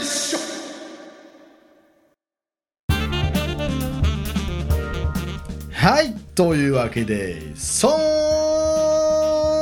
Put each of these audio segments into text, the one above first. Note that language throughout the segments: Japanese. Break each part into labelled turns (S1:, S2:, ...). S1: 一緒はいというわけでそ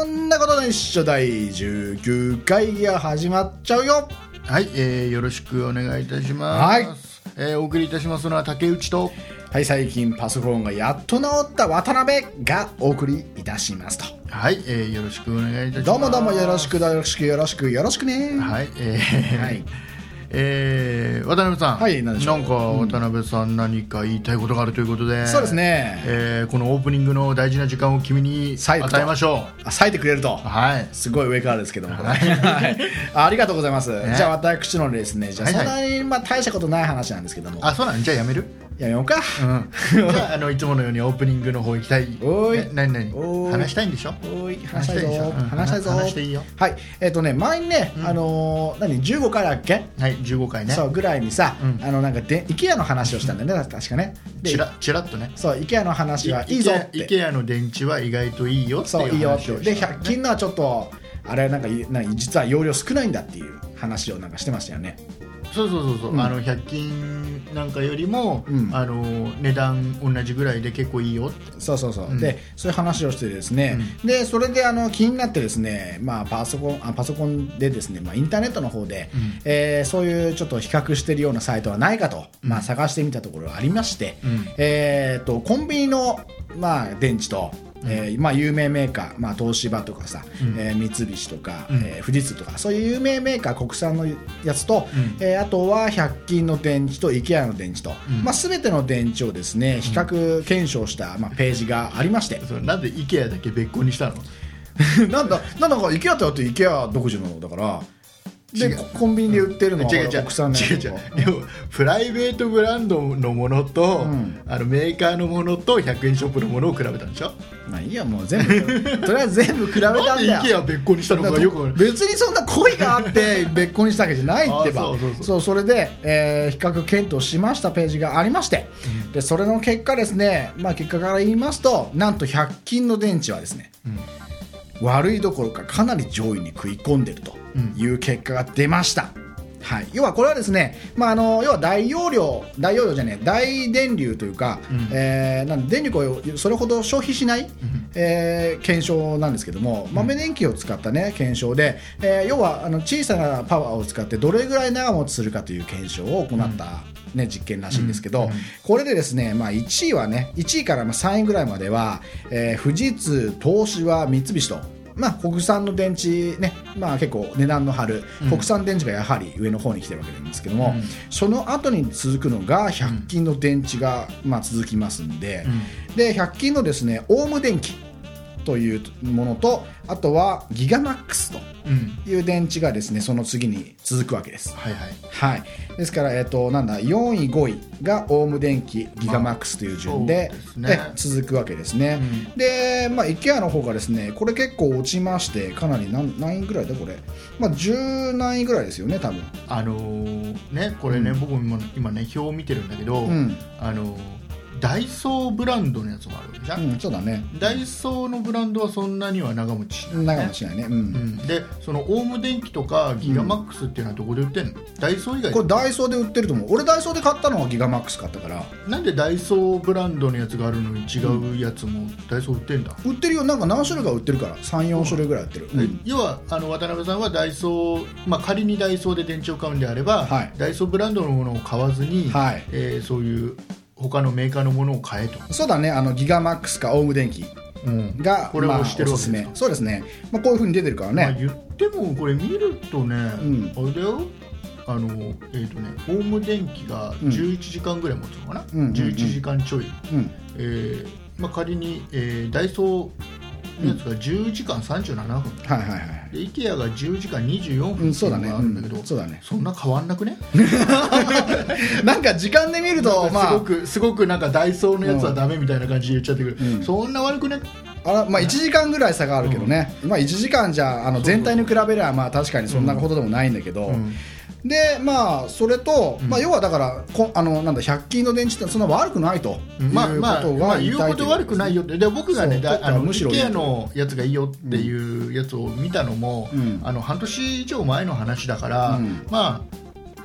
S1: んなことで一緒第19回が始まっちゃうよ
S2: はい、えー、よろしくお願いいたします。
S1: はい
S2: えーお送りいたしますのは竹内と。
S1: はい最近パソコンがやっと治った渡辺がお送りいたしますと
S2: はい、えー、よろしくお願いいたします。
S1: どうもどうもよろしくよろしくよろしくよろしくね
S2: はい、えー、
S1: はい
S2: えー渡辺さん。
S1: はい何でしょう
S2: なんか渡辺さん何か言いたいことがあるということで。
S1: そうですね
S2: えーこのオープニングの大事な時間を君に
S1: 最後と
S2: 与えましょ
S1: あ割いてくれると
S2: う。はい。
S1: すごい上からですけども、これはい、 あありがとうございます、じゃあ私のですねじゃあ
S2: はいは
S1: そ
S2: い
S1: んなにまあ大したことない話なんですけども、
S2: あ、そうなのじゃあやめる
S1: やめようか、
S2: うん。じゃあ、あの、いつものようにオープニングの方行きたい。
S1: おーい
S2: な何
S1: おー
S2: 何
S1: い
S2: 話したいんでしょ
S1: おい話したいぞ
S2: 話したいでしょうん
S1: 話したいぞ
S2: 話していいよ
S1: はいえっ、とね前にね、あのー何15回だっけ、
S2: はい、15回ね。
S1: そうぐらいにさ、
S2: うん
S1: あのなんかで IKEA の話をしたんだよね確かねで
S2: チラッ、チラッとね。
S1: そう IKEA の話はいいぞって
S2: イケアの電池は意外といいよって
S1: そう
S2: い
S1: いういよって
S2: 話を
S1: で
S2: したの
S1: 100
S2: ね
S1: 均のはちょっとあれなんかいなんか実は容量少ないんだっていう話をなんかしてましたよね
S2: そうそうそうそう、
S1: うん
S2: あの100均なんかよりも、
S1: うん
S2: あの値段同じぐらいで結構いいよって
S1: そうそうそう、
S2: うん
S1: でそういう話をしてですね、でそれであの気になってですね、まあ、パソコンあパソコンでですね、まあ、インターネットの方で、
S2: うん
S1: えーそういうちょっと比較してるようなサイトはないかと、まあ、探してみたところありまして、
S2: うん
S1: えー、とコンビニの、まあ、電池と、えーまあ、有名メーカー、まあ、東芝とかさ、えー三菱とか、
S2: うん
S1: えー富士通とかそういう有名メーカー国産のやつと、
S2: うん
S1: えーあとは100均の電池と IKEA の電池と、
S2: うん
S1: まあ、全ての電池をですね比較検証した、まあ、ページがありまして
S2: そうなんでイケアだけ別個にしたの
S1: なんだなんだか IKEA ってだって IKEA 独自のだから
S2: 違
S1: で
S2: う
S1: ココンビニで売ってるのは
S2: 違う違う違う違
S1: 国産のやつとか
S2: うでもプライベートブランドのものと、
S1: ん
S2: あのメーカーのものと100円ショップのものを比べたんでしょ
S1: まあいいやもう全部とりあえず全部比べたん
S2: なん
S1: だ
S2: でイケ
S1: よ
S2: ア別個にしたのかよくわかんない
S1: 別にそんな恋があ って別婚にしたわけじゃないってば
S2: あそうそうそう
S1: そうそれで、えー比較検討しましたページがありまして、でそれの結果ですね、まあ、結果から言いますとなんと100均の電池はですね、悪いどころかかなり上位に食い込んでるという結果が出ました。はい、要はこれはですね、まあ、あの要は大容量、大容量じゃねえ、大電流というか、
S2: ん
S1: えーなんで電力をそれほど消費しない、えー検証なんですけども、豆電球を使った、ね、検証で、えー要はあの小さなパワーを使ってどれぐらい長持ちするかという検証を行った、ね実験らしいんですけど、これでですね、まあ、1位はね1位からまあ3位ぐらいまでは、えー富士通、東芝、三菱と。まあ、国産の電池ね、まあ、結構値段の張る
S2: ん
S1: 国産電池がやはり上の方に来てるわけなんですけども、
S2: うん
S1: その後に続くのが100均の電池が、まあ、続きますんで、で100均のですねオウム電気というものとあとはギガマックスと
S2: うん、うん、
S1: いう電池がですねその次に続くわけです。
S2: はいはい
S1: はい、ですから、えっとなんだ4位、5位がオウム電機ギガマックスという順で,、
S2: まあそうですね
S1: え続くわけですね。で、まあ、IKEA の方がですねこれ結構落ちましてかなり何何位ぐらいだ、これ、まあ、10何位ぐらいですよね、多分
S2: あのーねこれね、僕も今今ね表を見てるんだけど、
S1: うん
S2: あのーダイソーブランドのやつもあるわけじゃん、
S1: うん、そうだね、
S2: ダイソーのブランドはそんなには長持ちしない、
S1: 長もしないね。うん
S2: うん、でそのオウム電機とかギガマックスっていうのはどこで売ってんの、ダイソー以外
S1: これダイソーで売ってると思う俺ダイソーで買ったのはギガマックス買ったから
S2: なんでダイソーブランドのやつがあるのに違うやつもダイソー売ってんだ、
S1: 売ってるよなんか何種類か売ってるから34種類ぐらい売ってる、う
S2: え
S1: ん
S2: 要はあの渡辺さんはダイソー、まあ、仮にダイソーで電池を買うんであれば、
S1: はい
S2: ダイソーブランドのものを買わずに、
S1: はい
S2: えーそういう他のメーカーのものを買えと、
S1: そうだねあのギガマックスかオウム電機
S2: うん
S1: が
S2: これを
S1: まあ
S2: 押してる
S1: お
S2: わ
S1: す
S2: け
S1: すめ
S2: ですか
S1: そうですね、まあ、こういうふうに出てるから
S2: まあ、
S1: ね、
S2: 言ってもこれ見るとね、
S1: ん
S2: あれだよあのえっ、とねホーム電気が11時間ぐらい持つのかな、
S1: うんうんうん
S2: 11時間ちょい、
S1: うん、
S2: えーまあ、仮に、えーダイソーのやつが10時間37分、
S1: はいはいはい
S2: で IKEA が10時間24
S1: う
S2: 分
S1: ん、
S2: っ
S1: そ
S2: ていう
S1: だ
S2: うの
S1: ね、
S2: があるんだけど、
S1: うんそうだね。
S2: そんな変わんなくね
S1: なんか時間で見ると、
S2: す
S1: ま
S2: ご
S1: あ、
S2: くすごくなんかダイソーのやつはダメみたいな感じで言っちゃってくる、
S1: うん
S2: そんな悪くね
S1: あらまあ、1時間ぐらい差があるけどね、まあ、1時間じゃあの全体に比べれば、まあ、確かにそんなことでもないんだけど、
S2: うん
S1: で、まあ、それと、
S2: うん
S1: まあ、要はだからこあのなんだ100均の電池ってそんな悪くないと、
S2: まあまあ、
S1: いうこと
S2: ま
S1: が
S2: あ、
S1: 言
S2: 言
S1: いうたい
S2: こと悪くないよってで僕がね
S1: そう
S2: だあの
S1: むしろいい
S2: IKEA のやつがいいよっていうやつを見たのも、
S1: うん
S2: あの半年以上前の話だから、
S1: うん
S2: まあ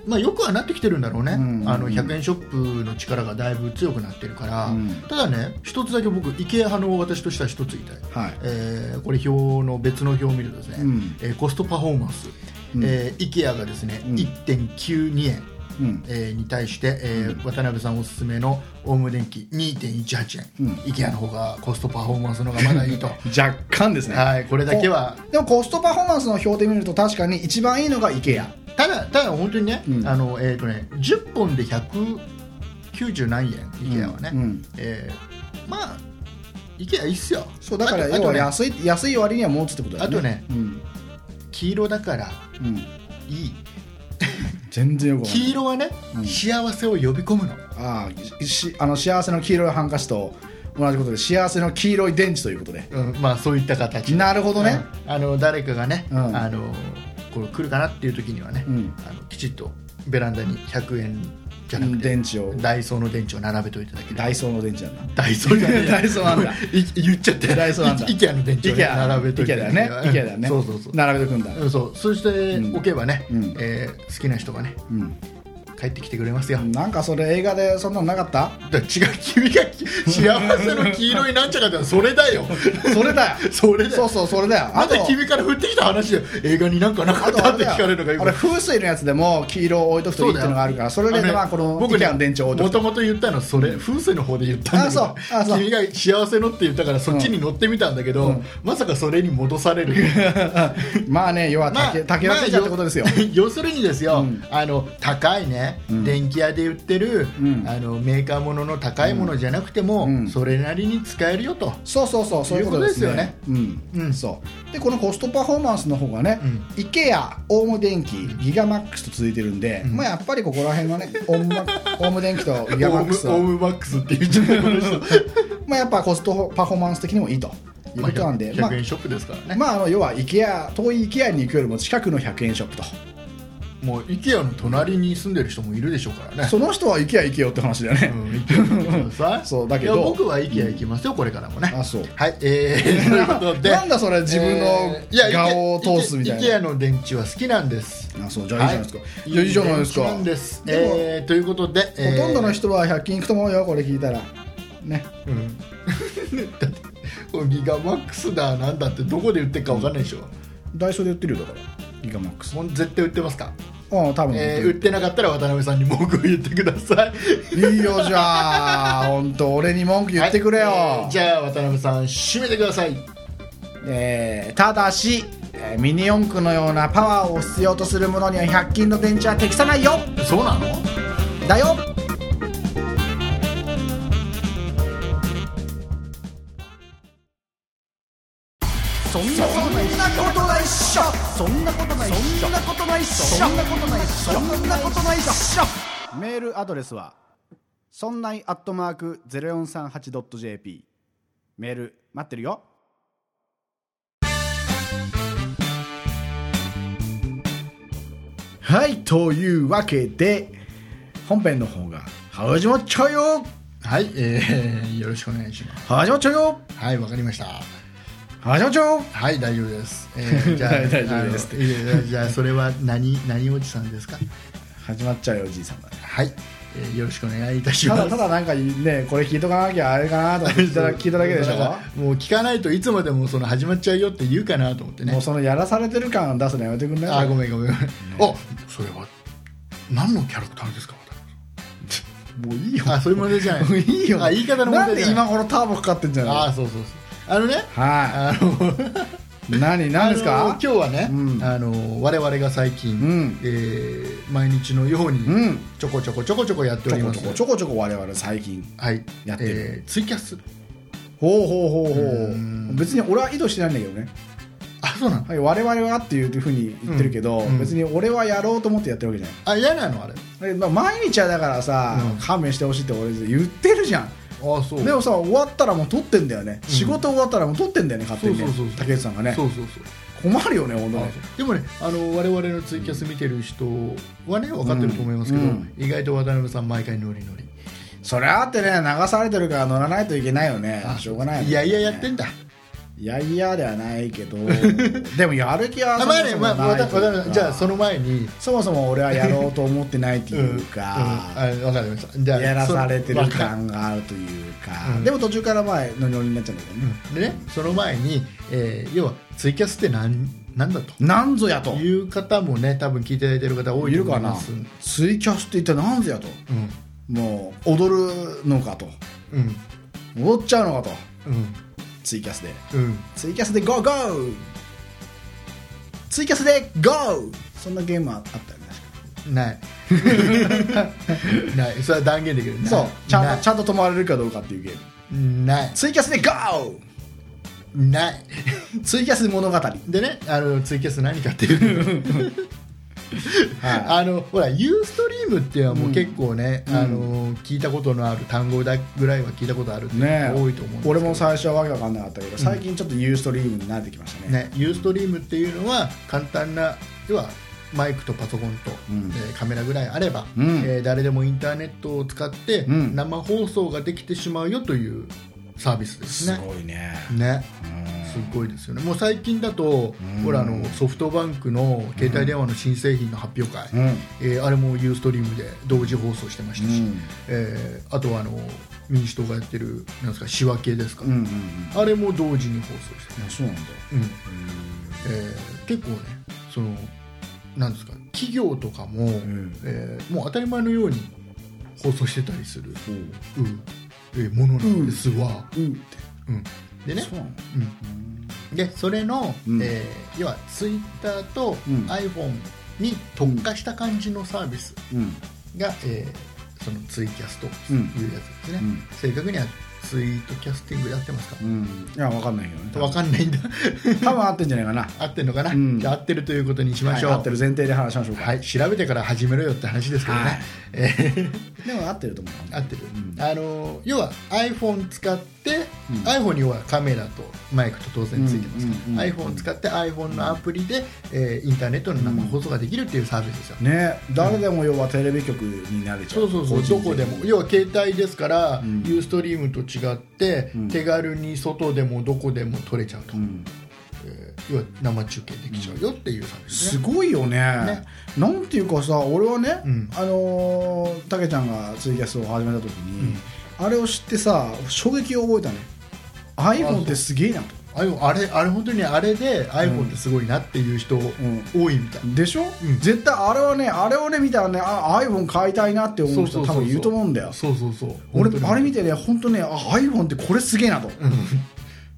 S2: まあ、よくはなってきてるんだろうね、
S1: うん
S2: あの100円ショップの力がだいぶ強くなってるから、
S1: うん
S2: ただね一つだけ僕 IKEA 派の私としては一つ言いたい、
S1: はい
S2: えーこれ表の別の表を見るとですね、
S1: うん
S2: えーコストパフォーマンス、
S1: うん
S2: えー IKEA がですね、
S1: うん
S2: 1.92円、
S1: うん
S2: えーに対して、えー渡辺さんおすすめのオウム電機2.18円、
S1: うん
S2: IKEA の方がコストパフォーマンスの方がまだいいと
S1: 若干 ですね
S2: はいこれだけは
S1: でもコストパフォーマンスの表で見ると確かに一番いいのが IKEA
S2: ただただ本当にね、
S1: うん
S2: あのえっ、とね10本で190何円 IKEA はね、
S1: うんうん
S2: えーまあ IKEA いいっすよ
S1: そうだか
S2: あ
S1: ら
S2: とあ
S1: 要
S2: と
S1: は
S2: ね
S1: 安い安い割には持つってことだよね
S2: あとね
S1: うん
S2: 黄色だから
S1: うん
S2: いい
S1: 全然よくわかんない
S2: 黄色はね、
S1: うん
S2: 幸せを呼び込むの
S1: ああしあの幸せの黄色いハンカチと同じことで幸せの黄色い電池ということで
S2: うん、まあそういった形で
S1: なるほどね、
S2: うんあの誰かがね、
S1: うん
S2: あのこう来るかなっていう時にはね、
S1: うん
S2: あのきちっとベランダに100円じゃなくて、
S1: 電池を
S2: ダイソーの電池を並べといただけ
S1: ダ
S2: で
S1: イソーの電池なん だ
S2: ダイソーじゃね え
S1: ダイソー なんだ
S2: い言っちゃって
S1: ダイソーなんだ
S2: イケアの電池をね、
S1: IKEA
S2: 並べといて
S1: IKEA だよね IKEA だよね
S2: そうそうそう
S1: 並べてくんだ
S2: うんそうそして
S1: うん
S2: 置けばね、
S1: うん
S2: えー好きな人がね
S1: う
S2: 帰ってきてくれますよ、
S1: んなんかそれ映画でそんなのなかった
S2: だから違う君 がき幸せの黄色いなんちゃらだよそれだよ
S1: それだよ
S2: それだよ
S1: そうそうそれだよ
S2: ま
S1: あと
S2: だ君から降ってきた話で映画になんかなか
S1: あ
S2: っ
S1: と
S2: た
S1: あ
S2: っ
S1: れ
S2: て
S1: だ
S2: 聞かれるのが
S1: よあれ風水のやつでも黄色を置いとくといいっていうのがあるからそれ
S2: の
S1: で
S2: ね
S1: まあこの
S2: 僕
S1: IKEA の電池を置い
S2: も
S1: とく
S2: ともと言ったのそれ、風水の方で言ったんだけど
S1: あそうあそう
S2: 君が幸せのって言ったからそっちに乗ってみたんだけど、
S1: うん
S2: まさかそれに戻される
S1: まあね要は竹竹はついたってことですよ
S2: まあよ要するにですよ、
S1: うん
S2: あの高いね、
S1: うん
S2: 電気屋で売ってる、
S1: うん
S2: あのメーカーものの高いものじゃなくても、
S1: うん
S2: それなりに使えるよと、
S1: そうそうそうそういうことですね
S2: いうこ
S1: うん、
S2: うん
S1: そうでこのコストパフォーマンスの方がね、
S2: うん
S1: IKEA オウム電機ギガマックスと続いてるんで、
S2: うん
S1: まあやっぱりここら辺はねオウムマオウム電機とギガ
S2: オ
S1: マ
S2: ウ
S1: ック
S2: ム
S1: ス
S2: オウ
S1: は
S2: ムマックスって言っちゃったこの人
S1: まあやっぱコストパフォーマンス的にもいいということなんで、 まあ
S2: 100円ショップですからね、
S1: まあ、あの要は IKEA 遠い IKEA に行くよりも近くの100円ショップと、
S2: もう IKEA の隣に住んでる人もいるでしょうからね
S1: その人は IKEA 行けよって話だよね、
S2: うん、IKEA 行ってくださ い
S1: そうだけど
S2: いや僕は IKEA 行きますよ、これからもね
S1: あ そう
S2: はいえー、ということで
S1: なんだそれ自分の
S2: えーや
S1: 顔を通すみたいな
S2: IKEA の電池は好きなんです
S1: あそうじゃあいいじゃないですか、じゃあいいじゃないですか
S2: 電池なんです
S1: でも
S2: えー、ということで、えー
S1: ほとんどの、人は100均行くと思うよこれ聞いたらね
S2: うん、 だってこれギガマックスだなんだってどこで売ってるかわかんないでしょ、
S1: ダイソーで売ってるよだからギガマックス
S2: もう絶対売ってますか、
S1: うん多分、
S2: えー売ってなかったら渡辺さんに文句を言ってください
S1: いいよじゃあ本当俺に文句言ってくれよ、
S2: はいえーじゃあ渡辺さん締めてください
S1: えーただし、えーミニ四駆のようなパワーを必要とするものには100均の電池は適さないよ
S2: そうなの
S1: だよそんなことないそんなことないっしょそんなことないそんなことないっしょそんなことないそんなことないっしょメールアドレスはそんないアットマーク 0438.jp メール待ってるよはいというわけで本編の方が始まっちゃうよ
S2: はい、えー、よろしくお願いします。
S1: 始まっちゃうよ
S2: はい、わかりました。
S1: 始まっちゃうよ
S2: はい、大丈夫です。え ー、じゃあ
S1: はい大丈夫です
S2: あのいやいやじゃあ、それは何、何おじさんですか。
S1: 始まっちゃうよおじいさんだね
S2: はい、えー、よろしくお願いいたしたま
S1: だ
S2: す。
S1: ただなんかねこれ聞いとかなきゃあれかなと 思って聞いたら聞いただけで しょ
S2: だからもう聞かないといつまでもその始まっちゃうよって言うかなと思ってね
S1: もうそのやらされてる感出すのやめてくんない
S2: あーごめんごめん、おそれは何のキャラクターですか
S1: もういいよ
S2: あそういう問題じゃな
S1: もう
S2: い
S1: いいよ
S2: あ言い方の問
S1: なん
S2: 題
S1: で
S2: じゃな
S1: 今
S2: い
S1: 頃ターボかかってんじゃ
S2: あ
S1: な
S2: ーそうそうそうあのね
S1: いは
S2: あの
S1: い何何です
S2: あの
S1: か
S2: 今日はね、
S1: うん
S2: あの我々が最近、
S1: うん
S2: えー毎日のように
S1: うん
S2: ちょこちょこちょこちょこやって
S1: ち
S2: お
S1: ょ
S2: り
S1: こ
S2: ま
S1: ち
S2: す
S1: ょこちょこちょこ我々最近
S2: はい
S1: やってる
S2: えーツイキャス
S1: ほうほうほうほ
S2: う
S1: うん別に俺は意図してないんだけどね
S2: あそうなの
S1: はい我々はっていうふうに言ってるけど
S2: うんうん
S1: 別に俺はやろうと思ってやってるわけじゃない
S2: あ嫌なのあれ
S1: だけどまあ毎日はだからさ
S2: うん
S1: 勘弁してほしいって俺言ってるじゃん
S2: あそう
S1: でもさ終わったらもう撮ってんだよね、
S2: ん
S1: 仕事終わったらもう撮ってんだよね勝手にね
S2: そうそうそうそう
S1: 竹内さんがね
S2: そうそうそう
S1: 困るよね本当
S2: あ
S1: ね
S2: そうでもねあの我々のツイキャス見てる人はね分かってると思いますけど、
S1: うんうん
S2: 意外と渡辺さん毎回ノリノリ
S1: それあってね流されてるから乗らないといけないよねしょうがないよね
S2: いやいややってんだ
S1: いやいやではないけ どでもやる気は
S2: あ
S1: そも
S2: まあね、
S1: そも
S2: まあ、
S1: ない
S2: わか
S1: というか
S2: わかるじゃあその前に
S1: そもそも俺はやろうと思ってないと
S2: うん
S1: いうか、
S2: うんあわかりましたじゃあ
S1: やらされて
S2: そ
S1: る
S2: のわか
S1: 感があるというか、
S2: うん
S1: でも途中からまあノリノリになっちゃうんだけどね、
S2: うんでねその前に、えー要はツイキャスってなんなんだと
S1: なんぞやと
S2: いう方もね多分聞いていただいてる方多い
S1: い
S2: と
S1: る
S2: 思
S1: か
S2: いま
S1: な
S2: す
S1: ツイキャスって一体なんぞやと
S2: うん
S1: もう踊るのかと
S2: うん
S1: 踊っちゃうのかと
S2: うん
S1: ツイキャスで
S2: うん
S1: ツイキャスでゴーゴーツイキャスでゴーそんなゲームあったよね確か
S2: な いないそれは断言できるない
S1: そうちゃん
S2: な
S1: とちゃんと止まれるかどうかっていうゲーム
S2: ない
S1: ツイキャスでゴー
S2: ない
S1: ツイキャス物語
S2: でねあのツイキャス何かっていう あのほらユーストリームっていうのはもう結構ね、
S1: うん
S2: あの聞いたことのある単語だぐらいは聞いたことあるって
S1: ねえ
S2: 多いと思うんですけど
S1: 俺も最初はわけわかんなかったけど最近ちょっとユーストリームに慣れてきましたね
S2: ねユーストリームっていうのは簡単な要はマイクとパソコンと、
S1: うん
S2: えーカメラぐらいあれば、
S1: うん
S2: えー誰でもインターネットを使って
S1: うん
S2: 生放送ができてしまうよというサービスです
S1: す
S2: ね。
S1: ごいね
S2: ね
S1: うん
S2: すごいですよねもう最近だと、
S1: うん
S2: ほらあのソフトバンクの携帯電話の新製品の発表会、
S1: うん
S2: えーあれもユーストリームで同時放送してましたし、
S1: うん
S2: えーあとはあの民主党がやってるなんですか仕分けですか、
S1: うんうんうん
S2: あれも同時に放送して
S1: いやそうなんだ
S2: うんえー結構ねそのなんですか企業とかも、
S1: ん
S2: えーもう当たり前のように放送してたりする、うんえーものなんですわ、
S1: うんって
S2: うんでね
S1: そうなんだ
S2: うんでそれの、
S1: うん
S2: えー要はツイッターと
S1: うん
S2: iPhone に特化した感じのサービス
S1: うん
S2: が、えーそのツイキャストと
S1: う
S2: いうんやつですね、
S1: うん
S2: 正確にはツイートキャスティングやってますか、
S1: うんいやわかんないけどね
S2: わかんないんだ
S1: 多分合ってんじゃないかな
S2: 合ってるのかな、
S1: うん
S2: じゃあ合ってるということにしましょう、
S1: はい合ってる前提で話しましょうか、
S2: はい、調べてから始めろよって話ですけどね、
S1: はい
S2: えー
S1: でも合ってると思う
S2: 合ってる、
S1: うん
S2: あのー要は iPhone 使って、
S1: うん
S2: iPhone にはカメラとマイクと当然ついてますから、
S1: うんうんうん
S2: iPhone を使って iPhone のアプリで、えーインターネットの生放送ができるっていうサービスですよ、
S1: ね誰でも要はテレビ局になれちゃ
S2: そううそうそう
S1: 個人
S2: ど
S1: 的に
S2: こでも要は携帯ですから、
S1: うん
S2: ユーストリームと違って、
S1: うん
S2: 手軽に外でもどこでも撮れちゃうと、
S1: うん
S2: えー要は生中継できちゃうよっていうサービス
S1: す
S2: ね、
S1: ごいよね
S2: ね
S1: なんていうかさ俺はね、
S2: うん
S1: あのーたけちゃんがツイキャスを始めた時に、あれを知ってさ衝撃を覚えたね iPhone ってすげえなと
S2: あれあれあれ本当にあれで iPhone ってすごいなっていう人、
S1: ん
S2: 多いみたい
S1: でしょ、
S2: ん
S1: 絶対あれはねあれをね見たらねあ iPhone 買いたいなって思う人多分いると思うんだよ
S2: そうそうそう
S1: 俺
S2: 本当に
S1: あれ見てね本当ねあ iPhone ってこれすげえな と、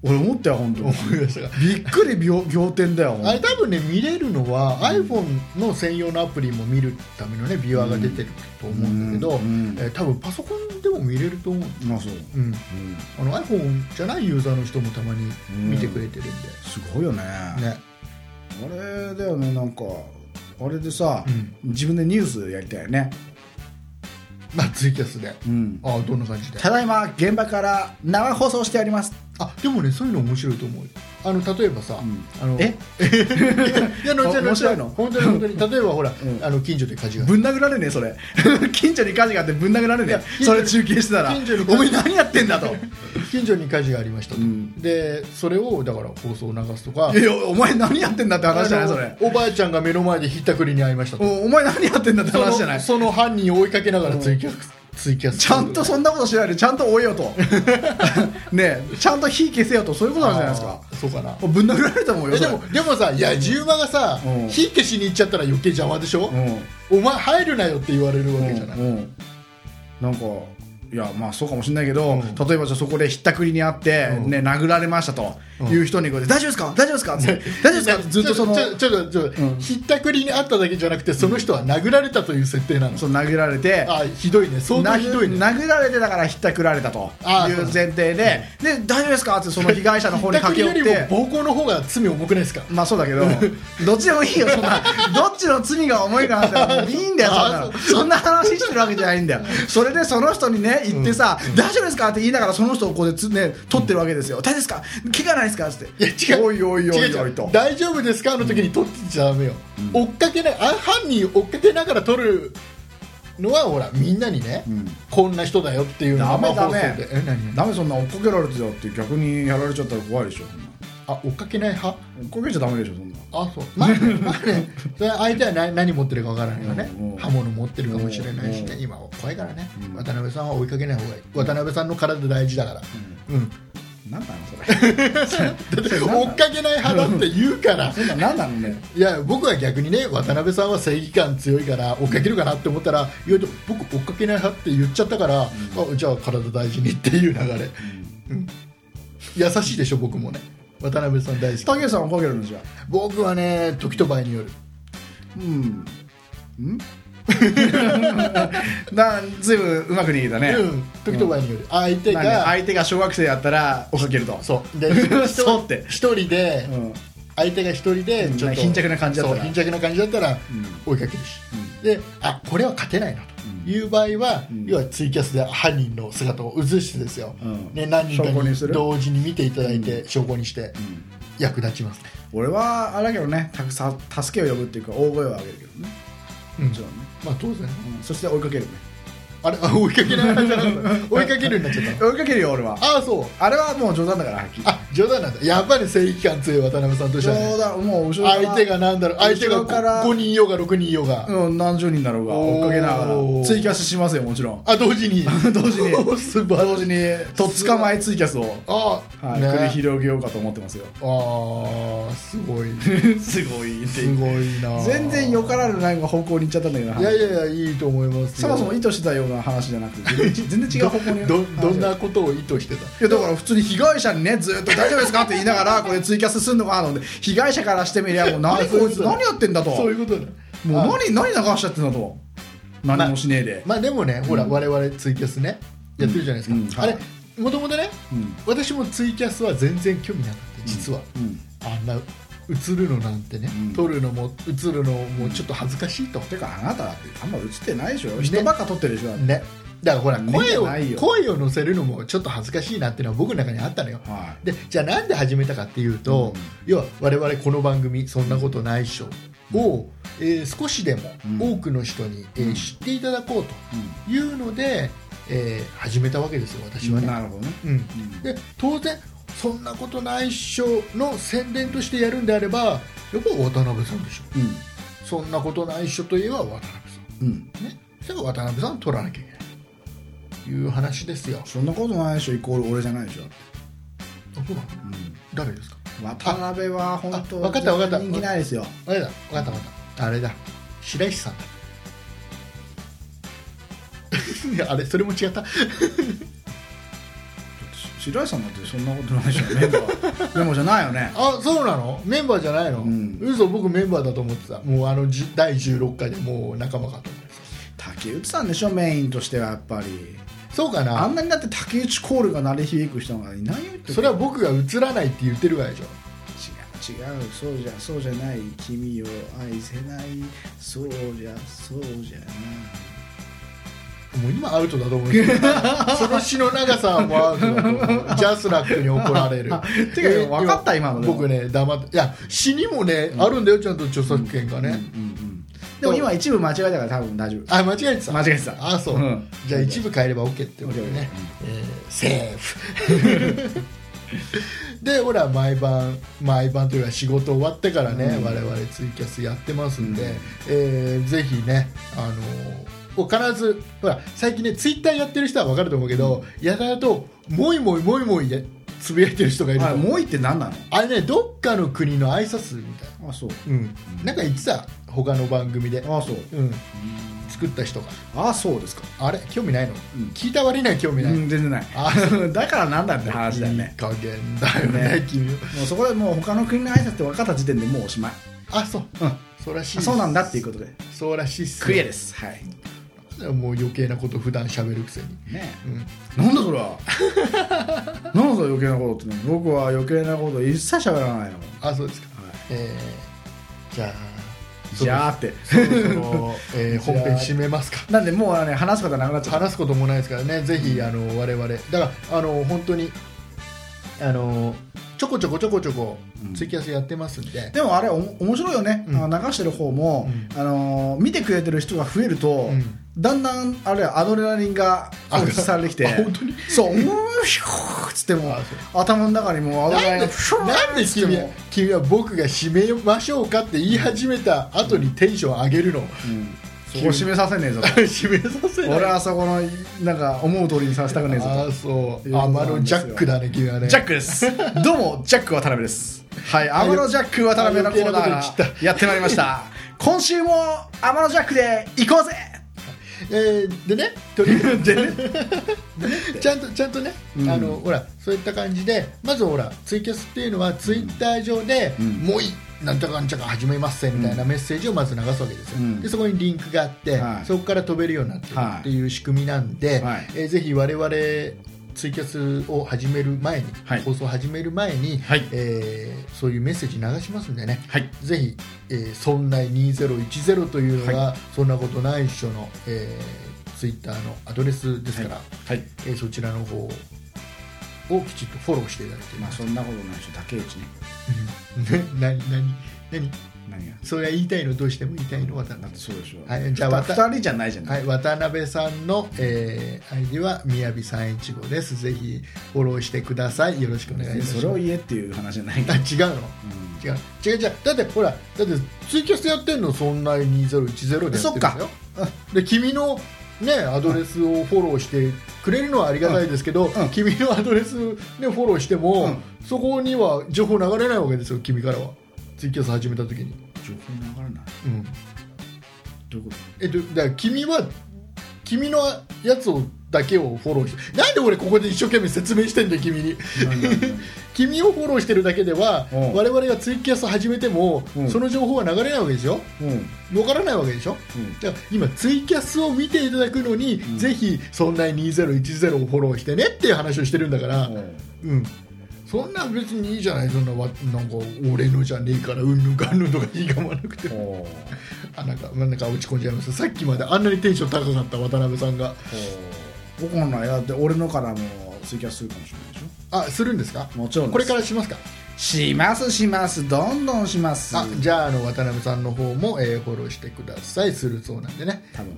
S1: 俺思ったよ本当に
S2: 思いましたが
S1: びっくり仰仰天だよ
S2: あれ多分ね見れるのは iPhone の専用のアプリも見るためのねビュアーが出てると思うんだけど、
S1: うんうん
S2: えー多分パソコンでも見れると思う、
S1: まあそう、
S2: うん、
S1: うん、
S2: あの iPhone じゃないユーザーの人もたまに見てくれてるんで、
S1: すごいよね
S2: ね
S1: あれだよねなんかあれでさ、
S2: うん
S1: 自分でニュースやりたいよね、
S2: まあツイキャスであ
S1: うん、
S2: あどんな感じで
S1: ただいま現場から生放送してあります、
S2: あでもねそういうの面白いと思うよあの例えばさ、
S1: ん
S2: あの
S1: え
S2: いや後々
S1: 面白いの
S2: 本当に本 当に例えばほら、
S1: ん
S2: あの近所で火事が
S1: ぶん殴られねえそれ 近所に火事があってぶん殴られねえ
S2: いや
S1: それ中継してたら
S2: 近所に火
S1: お
S2: 事
S1: 前何やってんだ と
S2: 近所に火事がありましたと、
S1: うん
S2: でそれをだから放送を流すとか
S1: いやいやお前何やってんだって話じゃないそれ
S2: あのおばあちゃんが目の前でひったくりに会いましたと
S1: おお前何やってんだって
S2: その
S1: 話じゃない
S2: その犯人を追いかけながらツイキャスツイキャス
S1: ちゃんとそんなことしないでちゃんと追えよ とねえちゃんと火消せよとそういうことなんじゃないですか
S2: あーそうかな
S1: ぶん殴られたもんよ
S2: え
S1: そ
S2: で
S1: れ
S2: もでもさいや自由馬がさ
S1: うん
S2: 火消しに行っちゃったら余計邪魔でしょ、
S1: うん
S2: お前入るなよって言われるわけじゃない、
S1: うんうんなんかいやまあそうかもしれないけど、
S2: うん
S1: 例えばじゃあそこでひったくりにあって、
S2: うん
S1: ね、殴られましたと
S2: うん
S1: いう人にこうやって大丈夫ですか大丈夫ですか?」 って「大丈夫ですか?」ずっとその
S2: ちょちょちょちょ、ちょ
S1: うん
S2: ひったくりにあっただけじゃなくてその人は殴られたという設定なの、
S1: その殴られて
S2: あひどいね相当ひどいね
S1: 殴殴られてだからひったくられたと
S2: あ
S1: い
S2: そう
S1: う前提で「で大丈夫ですか?」ってその被害者の方に駆け寄
S2: ひ
S1: った
S2: くりよ
S1: て
S2: り。も暴行の方が罪重くないですか
S1: まあそうだ けど、どっちでもいいよ、そんな、どっちの罪が重いかなんて、いいんだよ、そんなの。そんな話してるわけじゃないんだよ。それでその人にね、言ってさ、大丈夫ですかって言いながら、その人をこうでつね、取ってるわけですよ。大丈夫ですか怪我ないですかって。
S2: いや違う
S1: おいおいお
S2: 違う
S1: いおい
S2: 違
S1: うと。
S2: 大丈夫ですかあの時に取ってちゃダメよ、追っかけないあ犯人追っかけながら取るのはほらみんなにね、
S1: ん
S2: こんな人だよっていうの
S1: ダメダ
S2: 生放送
S1: メ
S2: でえ何。
S1: ダメ、そんな追っかけられてたって、逆にやられちゃったら怖いでしょ。
S2: あ追っかけない派
S1: 焦げちゃダメでしょそんな
S2: あそうまあ ねまあねそれ相手は何何持ってるかわからないよね
S1: うんうん
S2: 刃物持ってるかもしれないし
S1: う
S2: ね
S1: ん
S2: 今は怖いからね、
S1: うん
S2: 渡辺さんは追いかけない方がいい渡辺さんの体大事だからうん
S1: 何なのそれ
S2: だって追っかけない派だって言うから
S1: そんな何なのね
S2: いや僕は逆にね渡辺さんは正義感強いから追っかけるかなって思ったら意外と僕追っかけない派って言っちゃったから、あじゃあ体大事にっていう流れ、うん優しいでしょ僕もね渡辺さん大好き
S1: 竹さんは焦げるのじゃ
S2: 僕はね時と場合による
S1: うんうんだずいぶんうまく逃げたね、
S2: うん、時と場合による、相手
S1: なんで
S2: が、
S1: 相手が小学生やったら追っかけると
S2: そうで
S1: そうって
S2: 一人で、
S1: うん
S2: 相手が一人でちょっと
S1: 貧弱な感じだったら
S2: そう貧弱な感じだったら追いかけるし、であこれは勝てないなという場合は、
S1: ん
S2: 要はツイキャスで犯人の姿を映してですよ、
S1: うん
S2: ね、何人か
S1: 証拠に
S2: に
S1: する
S2: 同時に見ていただいて証拠にして役立ちますね、
S1: 俺はあれだけどねたくさん助けを呼ぶっていうか大声を上げるけどね
S2: うん
S1: もちろんね、
S2: まあ当
S1: う
S2: 然
S1: んそして追いかけるね
S2: あれ あ追いかけない話じゃなかった追いかけるようになっちゃった
S1: 追いかけるよ俺は
S2: ああそう
S1: あれはもう冗談だからはっきり
S2: あ冗談なんだやっぱり正義感強い渡辺さんとしては、ね
S1: 冗、談もう後ろから
S2: 相手がなんだろう相手
S1: 後ろから
S2: が5人いようが6人いようが、
S1: うん、何十人だろうが
S2: おー
S1: 追っかけながらツイキャスしますよもちろん
S2: あ同時に
S1: 同時に
S2: 素晴らしい
S1: 同時にとっ捕まえツイキャスを、
S2: あ、
S1: はい
S2: ね
S1: 繰り広げようかと思ってますよ
S2: あーすごい
S1: すごいって
S2: すごい な
S1: 全然よからぬなんか方向に行っちゃったんだけど
S2: いやいやいやいいと思います
S1: そ
S2: よ
S1: もそも意図してたような話じゃなくて全然全然違う方向に
S2: ど
S1: 話が
S2: どんなことを意図してた
S1: いやだから普通に被害者にねずっと「大丈夫ですか?」って言いながら これツイキャスすんのかなと思って被害者からしてみりゃもう何
S2: そういう
S1: こ
S2: こと
S1: いつ何やってんだと
S2: そういうことだ
S1: もう
S2: あ
S1: 何何流しちゃってんだと何もしねえで、
S2: まあでもねほら、我々ツイキャスねやってるじゃないですか、
S1: うんうん
S2: あれ
S1: は
S2: もともとね
S1: うん
S2: 私もツイキャスは全然興味なかった実は、
S1: うん
S2: あんな映るのなんてね、
S1: うん
S2: 撮るのも映るのもちょっと恥ずかしいと、
S1: てかあなただってあんま映ってないでしょ、
S2: ね
S1: 人ばっか撮ってるでしょ、
S2: ねだからほら
S1: 見て
S2: 声を
S1: ないよ
S2: 声を乗せるのもちょっと恥ずかしいなっていうのは僕の中にあったのよ
S1: は
S2: でじゃあなんで始めたかっていうと、
S1: うん
S2: 要は我々この番組「そんなことないっしょ」を、えー少しでも
S1: うん
S2: 多くの人に、えー
S1: うん
S2: 知っていただこう
S1: い、
S2: というので、えー始めたわけですよ私はね。
S1: なるほどね、
S2: うん
S1: うん
S2: で当然「そんなことないっしょ」の宣伝としてやるんであればやっぱ渡辺さんでしょ「そんなことないっしょ」といえば渡辺さ
S1: うんうん
S2: んねそれは渡辺さん取らなきゃいけないという話ですよ。
S1: そんなことないでしょイコール俺じゃないでしょ、
S2: あそうなの誰ですか
S1: うん、渡辺は本当
S2: あわかったわかった
S1: 人気ないですよ
S2: あれだ分かった分かったあれだ 白石さんだいやあれそれも違った
S1: 白石さんだってそんなことないでしょメンバーメンバーじゃないよね
S2: あそうなのメンバーじゃないの、
S1: うん
S2: 嘘僕メンバーだと思ってたもうあのじ第16回でもう仲間かと思って
S1: 竹内さんでしょメインとしてはやっぱり
S2: たそうか
S1: あ
S2: なん
S1: なにだって竹内コールが鳴り響く人がいないよって
S2: それは僕が映らないって言ってるからでしょ
S1: 違う違うそうじゃそうじゃない君を愛せないそうじゃそうじゃない
S2: もう今アウトだと思うけど その詩の長さもアウトだと思うジャスラックに怒られる
S1: てか
S2: え
S1: 分かった今のでも
S2: 僕ね黙っていや詩にもね、あるんだよちゃんと著作権がね、
S1: うんうんでも今一部間違えたから多分大丈夫
S2: あ間違えてた
S1: 間違えてた
S2: あそう、
S1: うん
S2: じゃあ一部変えれば OK ってことでね、えーセーフでほら毎晩毎晩というか仕事終わってからね、
S1: うん
S2: 我々ツイキャスやってますんで、
S1: うん
S2: えーぜひねあのー必ずほら最近ねツイッターやってる人は分かると思うけど、やたらと「もいもいもいもい」でつぶやいてる人がいると
S1: あ
S2: 思う
S1: もういって何な
S2: あれねどっかの国の挨拶みたいな、
S1: のあそう
S2: うん、なんか言ってた他の番組で、
S1: あそう
S2: うん、作った人が
S1: あそうですか
S2: あれ興味ないの、
S1: うん
S2: 聞いた割には興味ない、
S1: うん全然ない
S2: あ
S1: だからなんだって話だよ
S2: い
S1: ね
S2: い加減だよね
S1: ね
S2: 君は
S1: もうそこでもう他の国の挨拶って分かった時点でもうおしまい
S2: あそう
S1: うん
S2: そうらしい
S1: あ
S2: っす
S1: そうなんだっていうことで
S2: そうらしいっす
S1: クリアですはい
S2: もう余計なこと普段喋るくせに、
S1: ね
S2: うん、
S1: なんだそれは なんだそれ余計なことって僕は余計なこと一切喋らないよ、
S2: あそうですか、
S1: はい
S2: えー、じゃあ
S1: じゃあって
S2: そろそろ、えー、
S1: じゃ
S2: 本
S1: あ
S2: 編締めますか
S1: なんでもうね話すことはなくなっちゃった
S2: 話すこともないですからねぜひあの我々だからあの本当にあのちょこちょこちょこちょこツイキャスやってますんで、
S1: でもあれおも面白いよね、あの流してる方も、あのー見てくれてる人が増えると、
S2: ん
S1: だんだんあれアドレナリンが放出されてきて
S2: あ本当に
S1: そう「うーひょーっつっても
S2: あ
S1: 頭の中にもうアドレナリ
S2: なん
S1: ンが
S2: で
S1: ひょー
S2: なんで
S1: っつっても
S2: 君は君は僕が締めましょうかって言い始めた後にテンション上げるの、
S1: そこ締めさせねえ ぞ
S2: 締めさせない
S1: 俺はそこのなんか思う通りにさせたくねえぞ
S2: ああそう天野ジャックだね君はね
S1: ジャックですどうもジャック渡辺ですはい天野ジャック渡辺のコーナ
S2: あ余計なこと言っちゃっ
S1: ーやってまいりました今週も天野ジャックで行こうぜ
S2: えーでね とりあえず ちゃんとちゃんとね、あのほらそういった感じでまずほらツイキャスっていうのはツイッター上で、もういなんとかなんちゃか始めますみたいなメッセージをまず流すわけですよ、
S1: うん
S2: でそこにリンクがあって、
S1: はい
S2: そこから飛べるようになってる
S1: はい
S2: っていう仕組みなんで、
S1: はい
S2: えーぜひ我々ツイキャスを始める前に、
S1: はい
S2: 放送を始める前に、
S1: はい
S2: えーそういうメッセージ流しますんでね、
S1: はい
S2: ぜひ、えー、そんない2010というのが、そんなことないっしょの、えー、ツイッターのアドレスですから、
S1: はい
S2: えーそちらの方をきちっとフォローしていただいて
S1: ま
S2: ま
S1: あ
S2: す。
S1: そんなことないでしょ竹内ね
S2: な、な、に、なに、
S1: 何が
S2: それは言いたいの、どうしても言いたいの、渡
S1: だっ
S2: 辺
S1: て。そうでしょ
S2: はいじゃあまた
S1: 2人じゃないじゃない、
S2: はい、渡辺さんの、えー、ID はみやび三一五です。ぜひフォローしてください。よろしくお願いいたしま
S1: そ
S2: す
S1: れ。を言えっていう話じゃないか
S2: あ、
S1: ら
S2: 違うの。違う違う違うだってほらだってツイキャスやってんのそんな2010でやってるんだよで君のねアドレスをフォローしてくれるのはありがたいですけど、
S1: んうん
S2: 君のアドレスねフォローしても、
S1: うん
S2: そこには情報流れないわけですよ君からはツイキャス始めた時に、
S1: 情報流れない
S2: うん、
S1: どういうこ
S2: えっとだから君は君のやつをだけをフォローしてなんで俺ここで一生懸命説明してんだよ君に
S1: と何何何
S2: 君をフォローしてるだけでは、
S1: うん
S2: 我々がツイキャス始めても、
S1: うん
S2: その情報は流れないわけでしょ
S1: うん
S2: わからないわけでしょ、
S1: うん
S2: じゃあ今ツイキャスを見ていただくのに、ぜひ「そんな2010」をフォローしてねっていう話をしてるんだから、
S1: うん
S2: うん、そんな別にいいじゃないそんなわなんか俺のじゃねえからうんぬんかんぬんとか言いかまなくても
S1: おーおー
S2: あなんかなんか落ち込んじゃいましたさっきまであんなにテンション高かった渡辺さんが
S1: 僕のないだって俺のからもツイキャスするかもしれないでし
S2: あするんですか
S1: ょもちろんです
S2: これからしますか
S1: しますしますどんどんします
S2: あじゃああの渡辺さんの方も、えーフォローしてくださいするそうなんでね
S1: 多分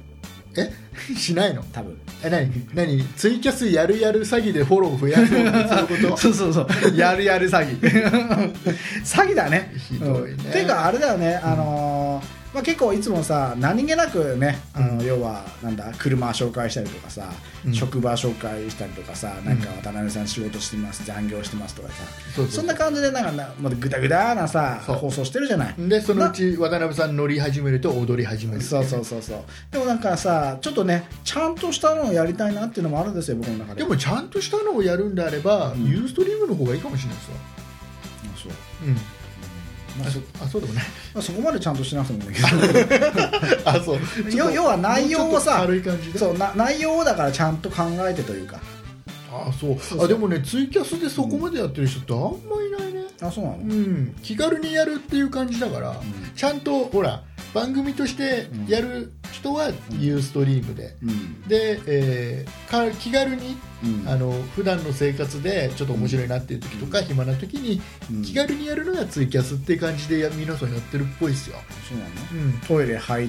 S2: え しないの
S1: 多分
S2: え何何ツイキャスやるやる詐欺でフォロー増やそうってそういうこと
S1: う そうそうやるやる詐欺 詐欺だね
S2: ひどいね
S1: うんていうかあれだよねあのーまあ、結構いつもさ何気なくねあの、要はなんだ車紹介したりとかさ、
S2: うん
S1: 職場紹介したりとかさなんか渡辺さん仕事してます残業してますとかさ、
S2: そうそうそうん
S1: な感じでなんかなまだグダグダなさ
S2: そう
S1: 放送してるじゃない
S2: でそのうち渡辺さん乗り始めると踊り始める
S1: そうそうそうそうでもなんかさちょっとねちゃんとしたのをやりたいなっていうのもあるんですよ僕の中で
S2: でもちゃんとしたのをやるんであれば、ユーストリームの方がいいかもしれないですよ、
S1: あそう、
S2: うん
S1: ま
S2: あ
S1: あ、そ
S2: そあそうで もない
S1: まあそこまでちゃんとしなくてもいいんだ
S2: あそう
S1: けど要要は内容をさ
S2: もうちょっと軽い感じで
S1: そうな内容をだからちゃんと考えてというか
S2: あそう
S1: そう
S2: あでもねツイキャスでそこまでやってる人ってあんまいないね
S1: あそうなの、
S2: うん、気軽にやるっていう感じだから、
S1: ん
S2: ちゃんとほら番組としてやる人はユーストリームで、
S1: うん
S2: で、えーか気軽に、
S1: うん
S2: あの普段の生活でちょっと面白いなっていう時とか、暇な時に
S1: うん
S2: 気軽にやるのがツイキャスって感じでや皆さんやってるっぽいですよ、
S1: そうなの
S2: うん、
S1: トイレ入っ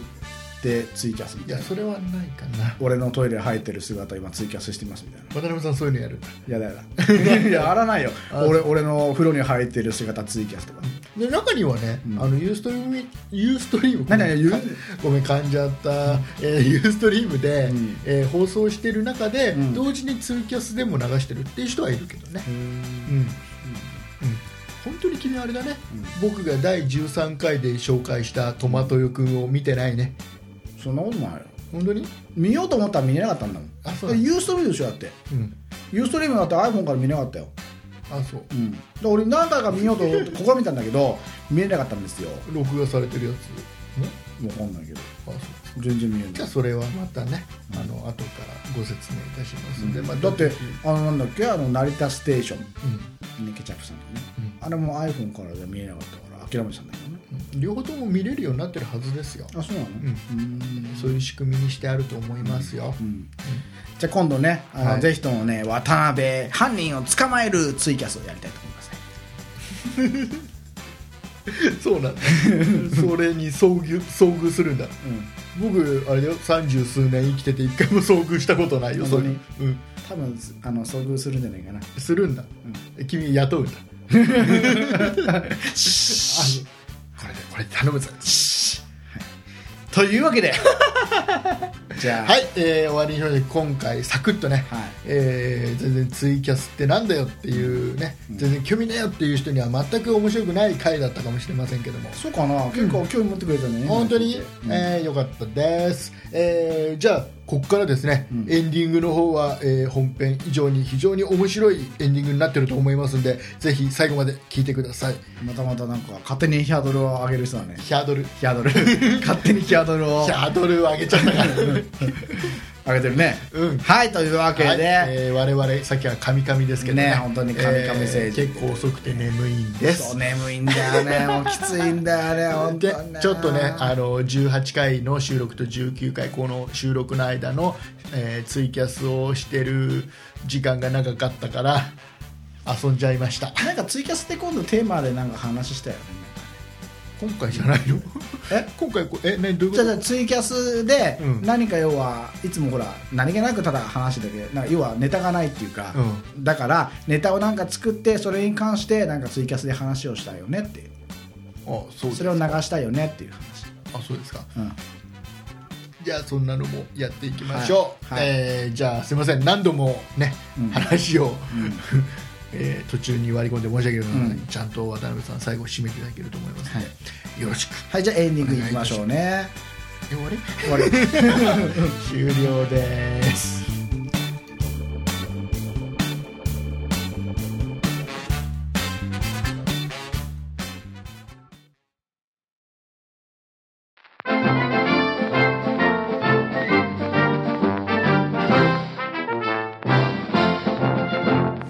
S1: てツイキャスみ
S2: い
S1: たい
S2: や
S1: な
S2: それはないかな
S1: 俺のトイレ入ってる姿今ツイキャスしてますみたいな
S2: 渡辺さんそういうのやる
S1: いやだや だいややらないよ
S2: あ
S1: 俺俺の風呂に入ってる姿ツイキャスとか
S2: で中にはね、
S1: うん
S2: あのユーストリームユーストリーム
S1: 何何ユー
S2: かごめん噛んじゃった、えーユーストリームで、
S1: うん
S2: えー放送してる中で、
S1: うん
S2: 同時にツーキャスでも流してるっていう人はいるけどねうん、うん、本当に君あれだね、僕が第13回で紹介したトマトよくんを見てないね
S1: そんなことないよ
S2: 本当に
S1: 見ようと思ったら見れなかったんだもん
S2: あそうなの
S1: ユーストリームでしょだって
S2: うん
S1: ユーストリームだって iPhone から見れなかったよ、
S2: あそう
S1: うん、で俺何回か見ようと思ってここは見たんだけど見れなかったんですよ
S2: 録画されてるやつん
S1: 分かんないけど
S2: あそう
S1: 全然見れ
S2: じゃ
S1: な
S2: あ
S1: い
S2: それはまたね、あの後からご説明いたしますんで、まあ、
S1: だって
S2: う
S1: あのなんだっけあの成田ステーション
S2: ん
S1: ね、ケチャップさんとね、あれも iPhone からじゃ見えなかったから諦めてたんだけどね
S2: 両方とも見れるようになってるはずですよ
S1: あそうなの
S2: う
S1: うん
S2: そういう仕組みにしてあると思いますよ、
S1: うんじゃあ今度ねあの、
S2: はい
S1: ぜひともね渡辺犯人を捕まえるツイキャスをやりたいと思いますね
S2: そうなんだそれに遭遇遭遇するんだ
S1: うん
S2: 僕あれだよ三十数年生きてて一回も遭遇したことないよそれに
S1: 本、
S2: うん、
S1: 多分あの遭遇するんじゃないかな
S2: するんだ、君雇 うんだあこれでこれで頼むぞというわけで
S1: じゃあ
S2: はい、えー終わりにしましょう今回サクッとね、
S1: はい
S2: えー全然ツイキャスってなんだよっていうね、全然興味ねえよっていう人には全く面白くない回だったかもしれませんけども
S1: そうかな結構興味持ってくれたね、
S2: 本当に、
S1: うん
S2: えーよかったです、えーじゃあここからですね、エンディングの方は、えー本編以上に非常に面白いエンディングになってると思いますんでぜひ最後まで聞いてください
S1: またまたなんか勝手にヒャドルを上げる人だね
S2: ヒャードル
S1: ヒャドル勝手にヒャドルを
S2: ヒャードル上げちゃった から
S1: 上げてるね、
S2: うん
S1: はいというわけで、
S2: はいえー我々さっきはカミカミですけどね
S1: ね本当にカミカミ星人
S2: 結構遅くて眠いんです
S1: そう眠いんだよねもうきついんだよね本当
S2: で
S1: にね
S2: ちょっとねあの18回の収録と19回この収録の間の、えーツイキャスをしてる時間が長かったから遊んじゃいました
S1: なんかツイキャスって今度テーマでなんか話したよね
S2: 今回じゃないの
S1: え
S2: 今回こえ何どういう
S1: じゃあじゃ
S2: こ
S1: あツイキャスで
S2: うん
S1: 何か要はいつもほら何気なくただ話してたけどなんか要はネタがないっていうか、だからネタをなんか作ってそれに関してなんかツイキャスで話をしたいよねっていう
S2: とあそう
S1: そ
S2: です
S1: れを流
S2: あ
S1: したいよねっていう話、
S2: そうですか
S1: うん、
S2: じゃあそんなのもやっていきましょう、
S1: はいはい
S2: えーじゃあすいません何度もね、
S1: うん
S2: 話を、 えー途中に割り込んで申し訳ございません、
S1: うん
S2: ちゃんと渡辺さん最後締めていただけると思いますので、よろしく
S1: はいじゃあエンディングいきましょうね
S2: え終わり
S1: 終わり
S2: 終了です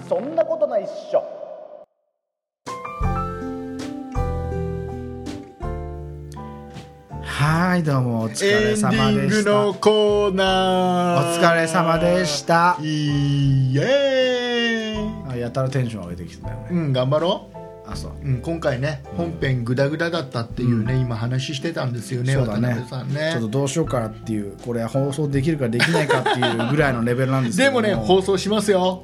S1: そんなことないっしょはいどうもお疲
S2: エ
S1: れ
S2: ンデ
S1: 様
S2: ィン
S1: で
S2: グ
S1: した
S2: の
S1: お
S2: コーナー
S1: 疲れ様でした
S2: イエーイ
S1: あやたらテンション上げてきてたよ
S2: う
S1: ね
S2: ん頑張ろ
S1: あそう
S2: う、うん、今回ね本編グダグダだったっていうね、今話してたんですよね
S1: そうだ
S2: 渡
S1: ね
S2: 辺さんね
S1: ちょっとどうしようかなっていうこれ放送できるかできないかっていうぐらいのレベルなんですけ
S2: で
S1: ど
S2: もね放送しますよ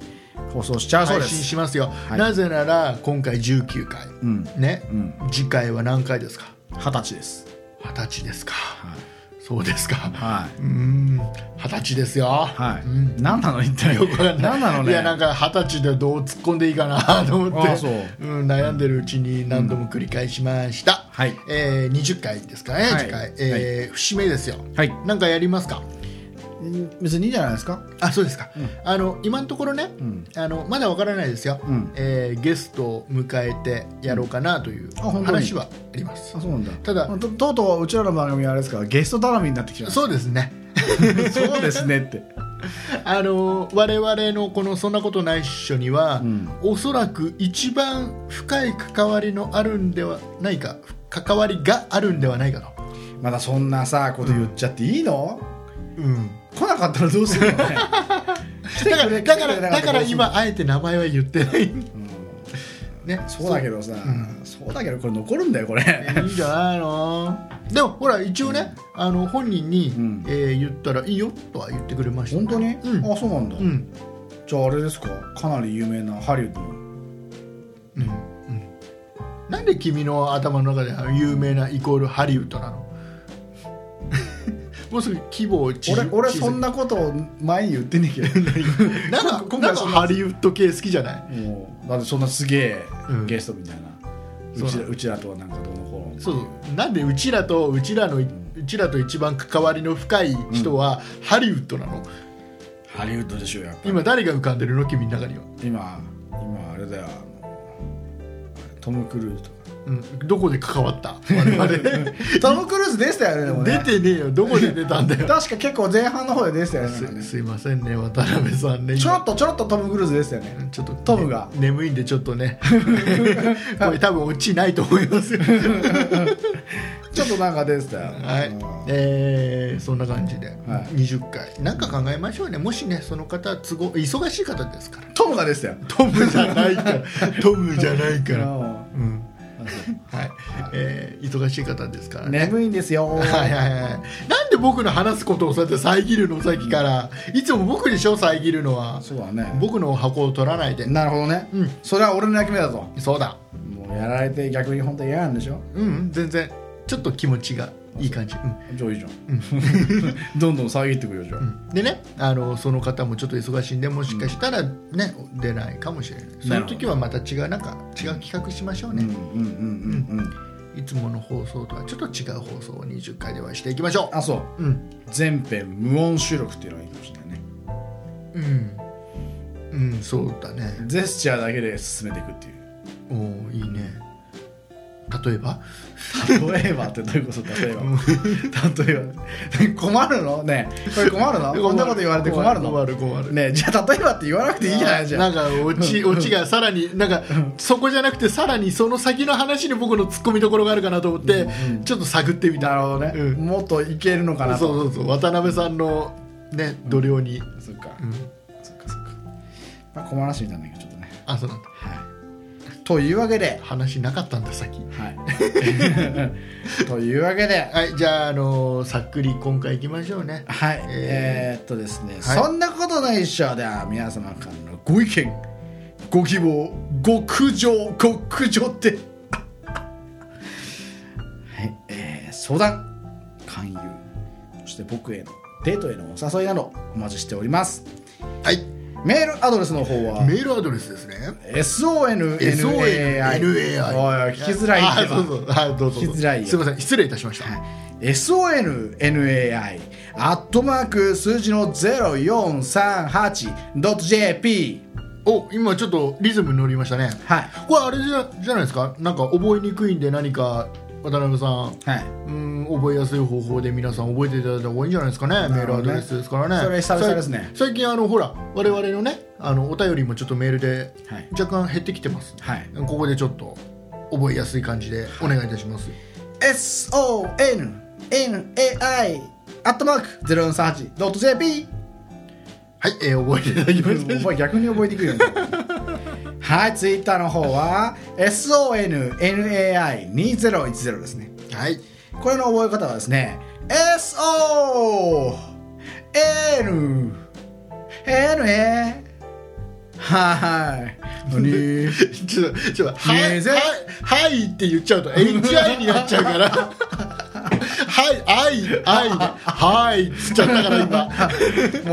S1: 放送しちゃうそう
S2: 配
S1: で
S2: 信
S1: す
S2: しますよ、
S1: い
S2: なぜなら今回19回、
S1: ん
S2: ね、
S1: ん
S2: 次回は何回ですか
S1: 二十歳です
S2: 二十歳ですか、
S1: い
S2: そうですか、
S1: はいう
S2: ーん二十歳ですよ
S1: はい、
S2: うん
S1: 何なの一体
S2: よくわかんない
S1: 何なのね
S2: いやなんか二十歳でどう突っ込んでいいかなと思って
S1: あそう
S2: うん、悩んでるうちに何度も繰り返しました、
S1: はい
S2: えー、20回ですかね、
S1: はい
S2: 次回、えー節目ですよ
S1: はい
S2: なんかやりますか
S1: うん別にいいんじゃないですか
S2: あそうですか、あの今のところね、あのまだわからないですよ、
S1: ん
S2: えーゲストを迎えてやろうかなという
S1: あ本当に
S2: 話はあります、
S1: あそうなんだ
S2: ただ
S1: ととうとううちらの番組はあれですからゲスト頼みになってきました
S2: そうですね
S1: そうですねって
S2: あの我々のこの「そんなことないっしょ」には、
S1: ん
S2: おそらく一番深い関わりのあるんではないか関わりがあるんではないかと、
S1: まだそんなさこと言っちゃっていいの、
S2: うん、
S1: 来なかったらどうするのね来て
S2: だか
S1: く
S2: ら
S1: れ
S2: だ
S1: 来
S2: から
S1: てくれな
S2: だ
S1: った
S2: から
S1: どうするの
S2: 今あえて名前は言ってない、ね
S1: そうだけどさ、そうだけどこれ残るんだよこれ
S2: いいんじゃないのでもほら一応ね、あの本人に、
S1: ん
S2: えー言ったらいいよとは言ってくれました
S1: 本当に、
S2: うん
S1: あそうなんだ、
S2: うん
S1: じゃああれですかかなり有名なハリウッドの
S2: うんうんなんで君の頭の中であの有名なイコールハリウッドなの もうすぐ規模を縮
S1: 俺俺
S2: 縮
S1: そんなことを前に言ってねえけど
S2: なんか
S1: 今回
S2: なんか
S1: そんな
S2: ハリウッド系好きじゃない
S1: もうだってそんなすげえ
S2: うん
S1: ゲストみたいな、うち
S2: そうな
S1: ら
S2: の
S1: うちらとはなんかどうのこうの
S2: そうそうなんでうちらとうちらのうちらと一番関わりの深い人はハリウッドなの、
S1: ハリウッドでしょやっぱり
S2: 今誰が浮かんでるの君の中には、
S1: 今今あれだよあのトム・クルー ズとか
S2: うん、どこで関わった我々
S1: トム・クルーズでしたよねでも ね
S2: 出てねえよどこで出たんだよ
S1: 確か結構前半の方で出したよねなんか
S2: す
S1: ね
S2: すいませんね渡辺さんね
S1: ちょろっとちょろっとトム・クルーズでしたよね
S2: ちょっと
S1: トムが
S2: ね眠いんでちょっ とねこれ多分オチないと思いますよ
S1: ちょっとなんか出てたよ
S2: は
S1: う
S2: い
S1: ん
S2: えーそんな感じで、
S1: はい
S2: 20回なんか考えましょうねもしねその方都合忙しい方ですから
S1: トムがでしたよ
S2: トムじゃないからトムじゃないか
S1: う
S2: ら
S1: ん
S2: うんはいえー、忙しい方ですからね。
S1: 眠いんですよ、
S2: はいはいはい、なんで僕の話すことをそうやって遮るのさっきからいつも僕でしょ遮るのは
S1: そうだね
S2: 僕の箱を取らないで
S1: なるほどね、
S2: うん
S1: それは俺の役目だと
S2: そうだ
S1: もうやられて逆に本当に嫌なんでしょ
S2: うんうん全然ちょっと気持ちがいい感じ、うん
S1: じゃあいいじゃん どんどん遮ってくよじゃあ、
S2: うんでねあのその方もちょっと忙しいんでもしかしたらね、出ないかもしれないその時はまた違うなんか違う企画しましょう
S1: うん、
S2: ね、
S1: うんうんうんうん
S2: いつもの放送とはちょっと違う放送を20回ではしていきましょ
S1: あそう
S2: ううん
S1: 全編無音収録っていうのがいいかもしれないね
S2: うんうんそうだね
S1: ジェスチャーだけで進めていくっていう
S2: おおいいね例えば
S1: 例えばってどういうこと例えば例えば困るのねえこれ困る のこんなこと言われて困るの
S2: 困る困る
S1: ねえじゃあ例えばって言わなくていいじゃないじゃ
S2: なんんかオチオチがさらになんかそこじゃなくてさらにその先の話に僕のツッコミどころがあるかなと思って、ちょっと探ってみた
S1: なるほどね、
S2: うん
S1: もっといけるのかなと
S2: そうそうそう渡辺さんのね度量に、
S1: そっか、
S2: うん
S1: そっかそっかまあ困らしいんだけどちょっとね
S2: あそうなんだ
S1: はいというわけで
S2: 話なかったんだ先
S1: はい というわけで
S2: はいじゃあ、あのーさっくり今回いきましょうね
S1: はい、
S2: え
S1: えーっとですね、
S2: はい
S1: そんなことないっしょでは皆様からのご意見ご希望ご苦情ご苦情って はい、えー相談勧誘そして僕へのデートへのお誘いなどお待ちしております
S2: はい
S1: メールアドレスの方は
S2: メールアドレスですね
S1: SONNAI おい
S2: SONNAI
S1: おい聞きづらい
S2: あ
S1: け
S2: そう
S1: ど
S2: そうはいどうぞ
S1: 聞きづらいよ
S2: すいません失礼いたしました、
S1: SONNAI アットマーク数字の 0438.jp
S2: お今ちょっとリズムに乗りましたね
S1: はい
S2: これあれじゃじゃないですかなんか覚えにくいんで何か渡辺さん
S1: はい、
S2: うん覚えやすい方法で皆さん覚えていただいた方がいいんじゃないですかね
S1: な
S2: メ
S1: る
S2: ール
S1: ほ
S2: ア
S1: どね
S2: ドレスですからね
S1: それ久々ですね
S2: さい最近あのほら我々のねあのお便りもちょっとメールで
S1: はい
S2: 若干減ってきてます、
S1: はい、
S2: ここでちょっと覚えやすい感じでお願いいたします、
S1: SONNAI アットマーク 0438.jp
S2: はい、えー覚えていただきましたでしょう
S1: 覚え逆に覚えていくよねはいツイッターの方は SONNAI2010 ですね
S2: かはい
S1: これの覚え方はですね SO N N A はいのに
S2: ちょっとちょっとはい
S1: ねえぜ
S2: はいはいって言っちゃうと HI になっちゃうから はいはいはいはいっつっちゃったから今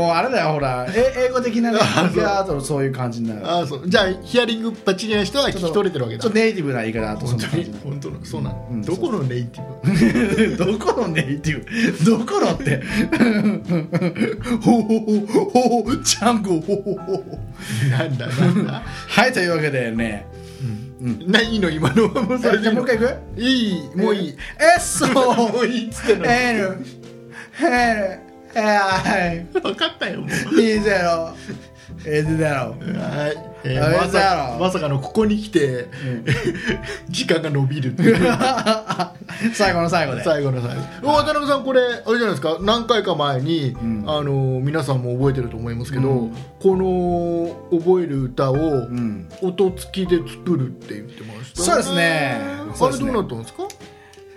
S1: もうあれだよほらえ英語的なね
S2: あそう
S1: ギャーとそういう感じになる
S2: あーそうじゃあヒアリングパチリな人は聞
S1: ちょっ
S2: き
S1: と
S2: 取れてるわけだ
S1: ちょっとネイティブな言い方とそんな感じ
S2: 本当のそうなの、
S1: うん
S2: どこのネイティ
S1: ど このネイティブどこのって ほほほほほちゃんこほほほほ
S2: ブなんだなんだ
S1: はいというわけでね
S2: 何いいの今のはもう
S1: じ
S2: そ
S1: ゃあ
S2: れでいい
S1: もう
S2: の
S1: 一回いく
S2: いいもういい
S1: S
S2: もういいっつってんの
S1: N N I
S2: 分かったよもう
S1: 2ゼロ S ゼロ
S2: はい、えー
S1: あれ
S2: まさ
S1: だろ
S2: まさかのここに来て、 時間が伸びるっていう
S1: 最後の最後で
S2: 最後の最後渡辺さんこれあれじゃないですか何回か前に、
S1: ん
S2: あの皆さんも覚えてると思いますけど、
S1: うん
S2: この覚える歌を、
S1: ん
S2: 音付きで作るって言ってました
S1: そうですねそう
S2: あ
S1: で
S2: れ
S1: すね
S2: どうなったんですか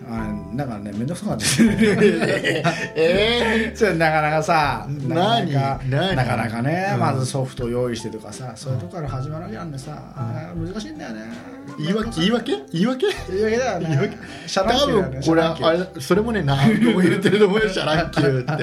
S1: あなんかねめんどくさかったですね
S2: え
S1: それなかなかさなかなか
S2: 何何
S1: なかなかね、
S2: うん
S1: まずソフトを用意してとかさそういうとこから始まるわけなんでさ、あー難しいんだよね
S2: 言い訳言い訳言い訳
S1: 言い訳だよ
S2: 言い
S1: ね
S2: 訳
S1: シャラン
S2: 多
S1: キューだよね
S2: 分これ
S1: シャランキュー
S2: あれそれもね何度も言ってると思うよシャランキューっ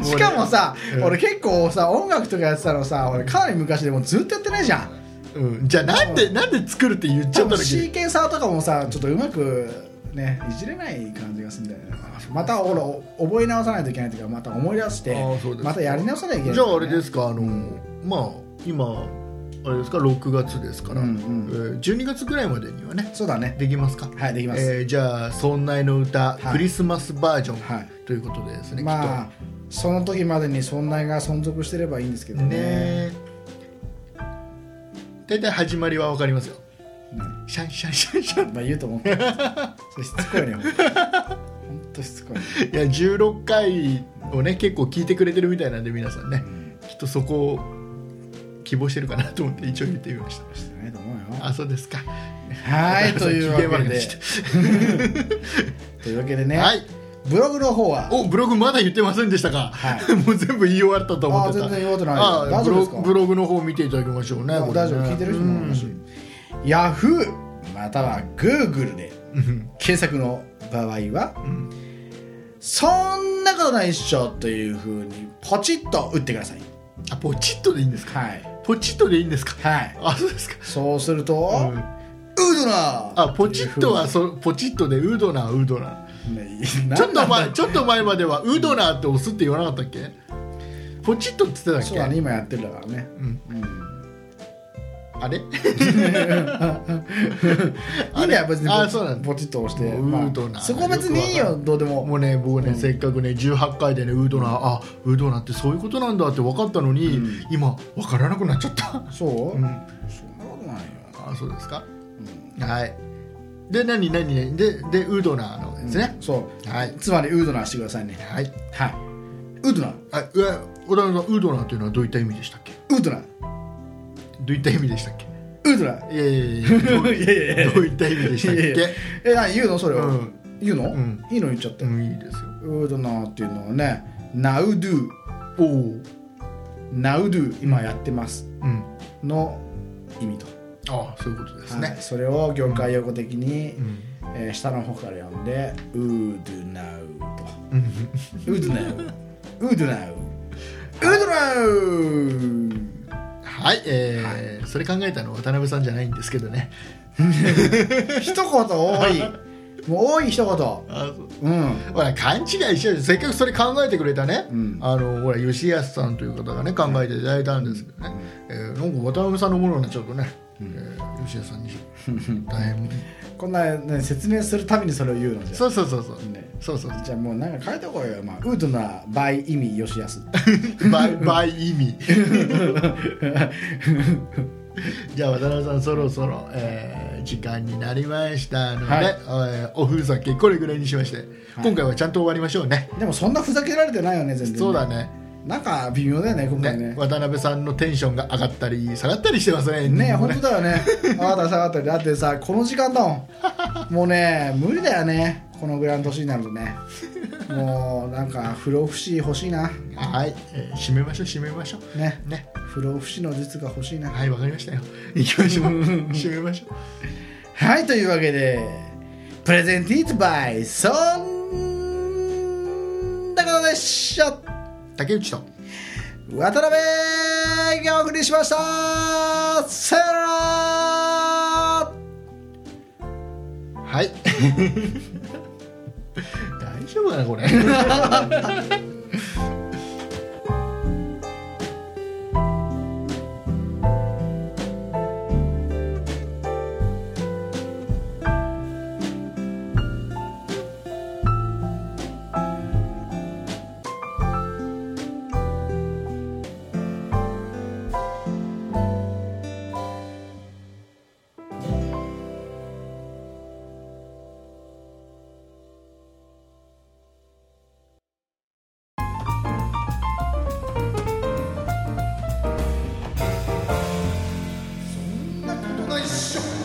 S2: て
S1: しかもさ、
S2: うん
S1: 俺結構さ音楽とかやってたのさ俺かなり昔でもうずっとやってないじゃん
S2: うん、じゃあなんでなんで作るって言っちゃ
S1: 多
S2: った
S1: 分
S2: の
S1: シーケンサーとかもさちょっとうまくねいじれない感じがするんだよねまたほら覚え直さないといけないというかまた思い出して
S2: あーそうですか
S1: またやり直さないといけない
S2: じゃああれですすかあの、まあ今あれですか6月ですから、
S1: うんうん
S2: えー12月ぐらいまでにはね
S1: そうだね
S2: できますか
S1: はいできます、
S2: えーじゃあ「そんなの歌、
S1: はい
S2: クリスマスバージョン」
S1: はい
S2: ということでですね、
S1: ま
S2: き
S1: あその時までに存在が存続してればいいんですけ
S2: っ
S1: ど
S2: と
S1: ね
S2: ね大体始まりはわかりますよ
S1: うんま
S2: シャンシャンシャンシャン
S1: あ言うと思ってそれしつこいね本当しつこい、ね、
S2: いや16回をね結構聞いてくれてるみたいなんで皆さんねきっとそこを希望してるかなと思って一応言ってみました
S1: してないと思うよ
S2: あそうですか
S1: はいというわけ
S2: 機嫌悪くな
S1: で
S2: っちゃっ
S1: というわけでね、
S2: はい
S1: ブログの方は
S2: おブログまだ言ってませんでしたか、
S1: はい
S2: もう全部言い終わったと思ってた
S1: あ全然言うことない
S2: あ
S1: 大丈夫ですか
S2: ブロブログの方見ていただきましょうね
S1: あ
S2: これね
S1: 大丈夫聞いてる人もいるし
S2: うん
S1: Yahoo または Google で検索の場合は、
S2: ん
S1: そんなことないっしょというふうにポチッと打ってください
S2: あポチッとでいいんですか
S1: はい
S2: ポチッとでいいんですか
S1: はい
S2: あそうですか
S1: そうすると、
S2: ん
S1: ウードナー
S2: あポチッとはそポチッとでウードナーウードナー
S1: ち
S2: ちょっと前ちょっと前まではウードナーって押すって言わなかったっけポチッとって言ってたっ
S1: そう
S2: け
S1: だね今やってるだからね、
S2: うん
S1: うん
S2: あれ
S1: いいんだよ別に
S2: あそうなんだ
S1: ポチッと押して、
S2: もうウードナー
S1: そこ別にいいよどうでも
S2: もうね僕ね、せっかくね18回でねウードナー、あウードナーってそういうことなんだって分かったのに、
S1: うん
S2: 今分からなくなっちゃった
S1: そう、
S2: うん
S1: そんなことないよ
S2: あそうですか、はいで何何何ででウードナーのですね、
S1: そう、
S2: はい
S1: つまりウードナーしてくださいね
S2: はい
S1: はいウードナー
S2: あうわ小田原さんウードナーというのはどういった意味でしたっけ
S1: ウードナー
S2: どういった意味でしたっけ
S1: ウードナー
S2: いやいやいやどう
S1: いやいやいや
S2: どういった意味でしたっけ
S1: いやいやえ何言うのそれを、
S2: うん
S1: 言うの、
S2: ん
S1: いいの言っちゃって、
S2: うんいいですよ
S1: ウードナーっていうのはねナウドゥ
S2: おお
S1: ナウドゥ今やってます
S2: うん
S1: の意味と、
S2: ああそういうことです
S1: はい
S2: ね、
S1: それを業界用語的に、
S2: うん
S1: えー下の方から読んでウードゥナウ
S2: うん
S1: とウードゥナウウードゥナウウードナウ
S2: はい、えーそれ考えたのは渡辺さんじゃないんですけどね
S1: 一言多い もう多い一
S2: あそう
S1: 言うん
S2: ほら勘違いしちゃうよせっかくそれ考えてくれたね、
S1: うん
S2: あのほら吉安さんという方がね考えていただいたんですけどね、えーなんか渡辺さんのものになっちゃうとね、えー吉安さんに 大変
S1: こんな、ね、説明するたびにそれを言うのじゃ
S2: そうそうそうそう、
S1: ね
S2: そうそう
S1: じゃあもうなんか書いてこいよ、まあ、ウードな場合意味よし やす
S2: バイバイ意味 じゃあ渡辺さんそろそろ、えー時間になりましたので、
S1: はい
S2: えーおふざけこれぐらいにしまして、今回はちゃんと終わりましょうね
S1: でもそんなふざけられてないよね全然
S2: そうだね
S1: なんか微妙だよね今回ね
S2: ね渡辺さんのテンションが上がったり下がったりしてますね
S1: ねえ
S2: もう
S1: 本当だよねああだ下がったりだってさこの時間だもんもうね無理だよねこのぐらいの年になるとねもうなんか不老不死欲しいな
S2: はい、えー締めましょう締めましょう
S1: ね
S2: ね
S1: 不老不死の術が欲しいな
S2: はいわかりましたよ行きま しょう締めましょう
S1: はいというわけでプレゼンティートバイそんなことでしょ
S2: 竹内と
S1: 渡辺がお送りしましたさよなら
S2: はい大丈夫か なこれ
S1: そんなことないっしょ